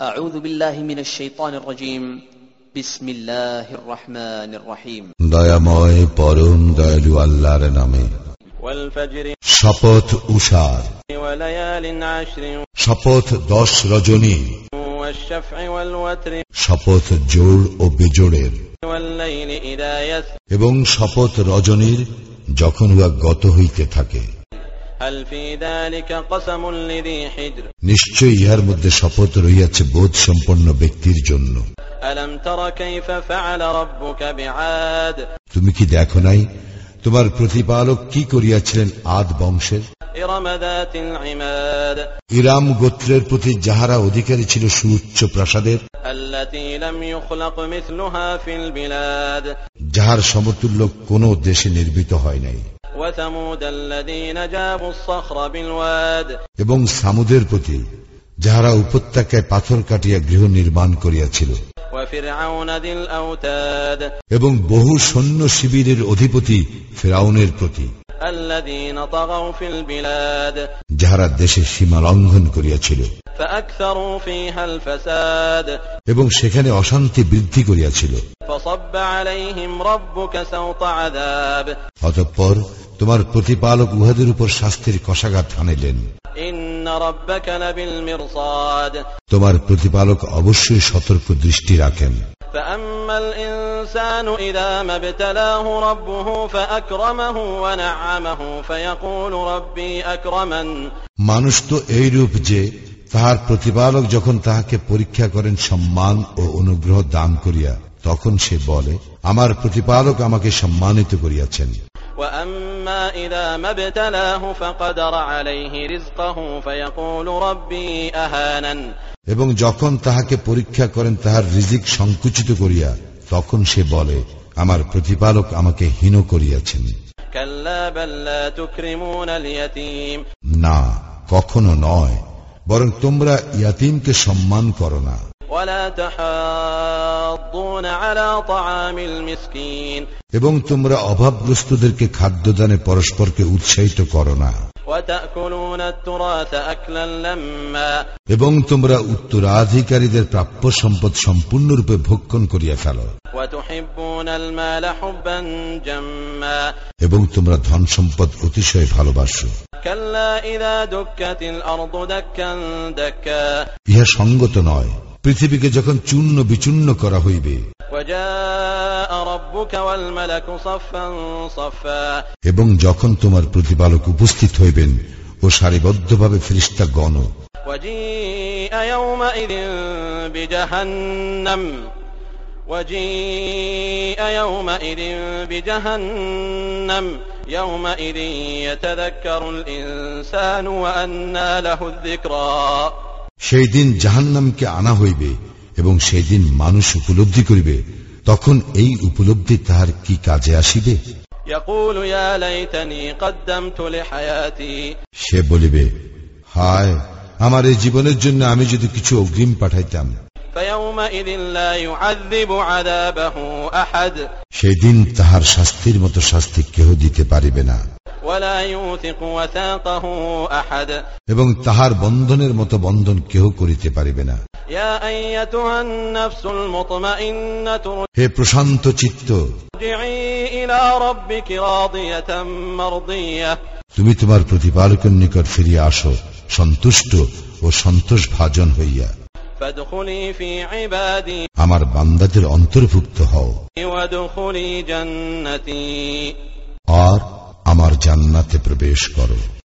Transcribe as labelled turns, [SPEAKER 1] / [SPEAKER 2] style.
[SPEAKER 1] أعوذ بالله من الشيطان الرجيم بسم الله الرحمن الرحيم
[SPEAKER 2] দয়াময় পরম দয়ালু আল্লাহর নামে
[SPEAKER 3] والفجر
[SPEAKER 2] শপথ উষার
[SPEAKER 3] وليال عشر
[SPEAKER 2] শপথ দশ রজনী
[SPEAKER 3] والشفع والوتر
[SPEAKER 2] শপথ জোড় ও বেজোড়ের
[SPEAKER 3] والليل إذا يسر
[SPEAKER 2] এবং শপথ রজনীর যখন উহা গত হইতে থাকে
[SPEAKER 3] هل في ذلك قسم لذي حجر
[SPEAKER 2] নিশ্চয় ইহার মধ্যে শপথ রইয়াছে বোধ সম্পন্ন ব্যক্তির জন্য
[SPEAKER 3] ألم تر كيف فعل ربك بعاد
[SPEAKER 2] তুমি কি দেখো নাই তোমার প্রতিপালক কি করিয়াছিলেন আদ বংশের
[SPEAKER 3] إرم ذات العماد
[SPEAKER 2] ইরাম গোত্রের প্রতি যাহারা অধিকারী ছিল সুউচ্চ প্রাসাদের
[SPEAKER 3] التي لم يخلق مثلها في البلاد
[SPEAKER 2] যাহার সমতুল্য কোনো দেশে নির্মিত হয় নাই
[SPEAKER 3] وثمود الذين جابوا الصخر بالواد
[SPEAKER 2] এবং সামুদের প্রতি যাহারা উপত্যকায় পাথর কাটিয়া গৃহ নির্মাণ করিয়াছিল
[SPEAKER 3] وفرعون ذي الأوتاد
[SPEAKER 2] এবং বহু সৈন্য শিবিরের অধিপতি ফেরাউনের প্রতি
[SPEAKER 3] الذين طغوا في البلاد
[SPEAKER 2] যাহারা দেশের সীমা লঙ্ঘন করিয়াছিল
[SPEAKER 3] فأكثروا فيها الفساد
[SPEAKER 2] এবং সেখানে অশান্তি বৃদ্ধি করিয়াছিল
[SPEAKER 3] فصب عليهم ربك سوط عذاب
[SPEAKER 2] অতঃপর তোমার প্রতিপালক উহাদের উপর শাস্তির কষাঘাত হানিলেন
[SPEAKER 3] إن ربك لبالمرصاد
[SPEAKER 2] তোমার প্রতিপালক অবশ্যই সতর্ক দৃষ্টি রাখেন
[SPEAKER 3] فأما الإنسان إذا ما ابتلاه ربه فأكرمه ونعمه فيقول ربي أكرمن
[SPEAKER 2] মানুষ তো এইরূপ যে তাহার প্রতিপালক যখন তাহাকে পরীক্ষা করেন সম্মান ও অনুগ্রহ দান করিয়া তখন সে বলে আমার প্রতিপালক আমাকে সম্মানিত করিয়াছেন
[SPEAKER 3] وأما إذا ما ابتلاه فقدر عليه رزقه فيقول ربي أهانن
[SPEAKER 2] এবং যখন তাহাকে পরীক্ষা করেন তাহার রিজিক সংকুচিত করিয়া তখন সে বলে আমার প্রতিপালক আমাকে হীন করিয়াছেন
[SPEAKER 3] كلا بل لا تكرمون اليتيم
[SPEAKER 2] না কখনো নয় বরং তোমরা ইয়াতিমকে সম্মান করো না
[SPEAKER 3] ولا تحاضون على طعام المسكين
[SPEAKER 2] এবং তোমরা অভাবগ্রস্তদেরকে খাদ্যদানে পরস্পরকে উৎসাহিত করো না
[SPEAKER 3] وتأكلون التراث أكلا لما
[SPEAKER 2] এবং তোমরা উত্তরাধিকারীদের প্রাপ্য সম্পদ সম্পূর্ণরূপে ভক্ষণ করিয়া ফেলো
[SPEAKER 3] وتحبون المال حبا جما
[SPEAKER 2] এবং তোমরা ধন সম্পদ অতিশয় ভালোবাসো
[SPEAKER 3] كلا إذا دكت الأرض دكا دكا
[SPEAKER 2] ইহা সঙ্গত নয় পৃথিবীকে যখন চূর্ণ বিচূর্ণ করা হইবে
[SPEAKER 3] وجاء ربك والملك صفا صفا
[SPEAKER 2] এবং যখন তোমার প্রতিপালক উপস্থিত হইবেন ও সারিবদ্ধভাবে ফিরিস্তা গণ
[SPEAKER 3] وجيء يومئذ بجهنم وجيء يومئذ بجهنم يومئذ يتذكر الإنسان وأنى له الذكرى
[SPEAKER 2] সেই দিন জাহান্নামকে আনা হইবে এবং সেই দিন মানুষ উপলব্ধি করিবে তখন এই উপলব্ধি তাহার কি কাজে আসিবে
[SPEAKER 3] يقول يا ليتني قدمت لحياتي
[SPEAKER 2] সে বলিবে হায় আমার এই জীবনের জন্য আমি যদি কিছু অগ্রিম পাঠাইতাম
[SPEAKER 3] فيومئذ لا يعذب عذابه أحد
[SPEAKER 2] সেই দিন তাহার শাস্তির মতো শাস্তি কেহ দিতে পারিবে না
[SPEAKER 3] ولا يوثق وثاقه أحد
[SPEAKER 2] এবং তাহার বন্ধনের মতো বন্ধন কেহ করিতে পারিবে না
[SPEAKER 3] يا أيتها النفس المطمئنة
[SPEAKER 2] হে প্রশান্ত চিত্ত
[SPEAKER 3] ارجعي إلى ربك راضية مرضية
[SPEAKER 2] তুমি তোমার প্রতিপালকের নিকট ফিরিয়া আসো সন্তুষ্ট ও সন্তোষ ভাজন হইয়া
[SPEAKER 3] فادخلي في عبادي
[SPEAKER 2] আমার বান্দাদের অন্তর্ভুক্ত হও
[SPEAKER 3] وادخلي جنتي
[SPEAKER 2] আর আমার জান্নাতে প্রবেশ করো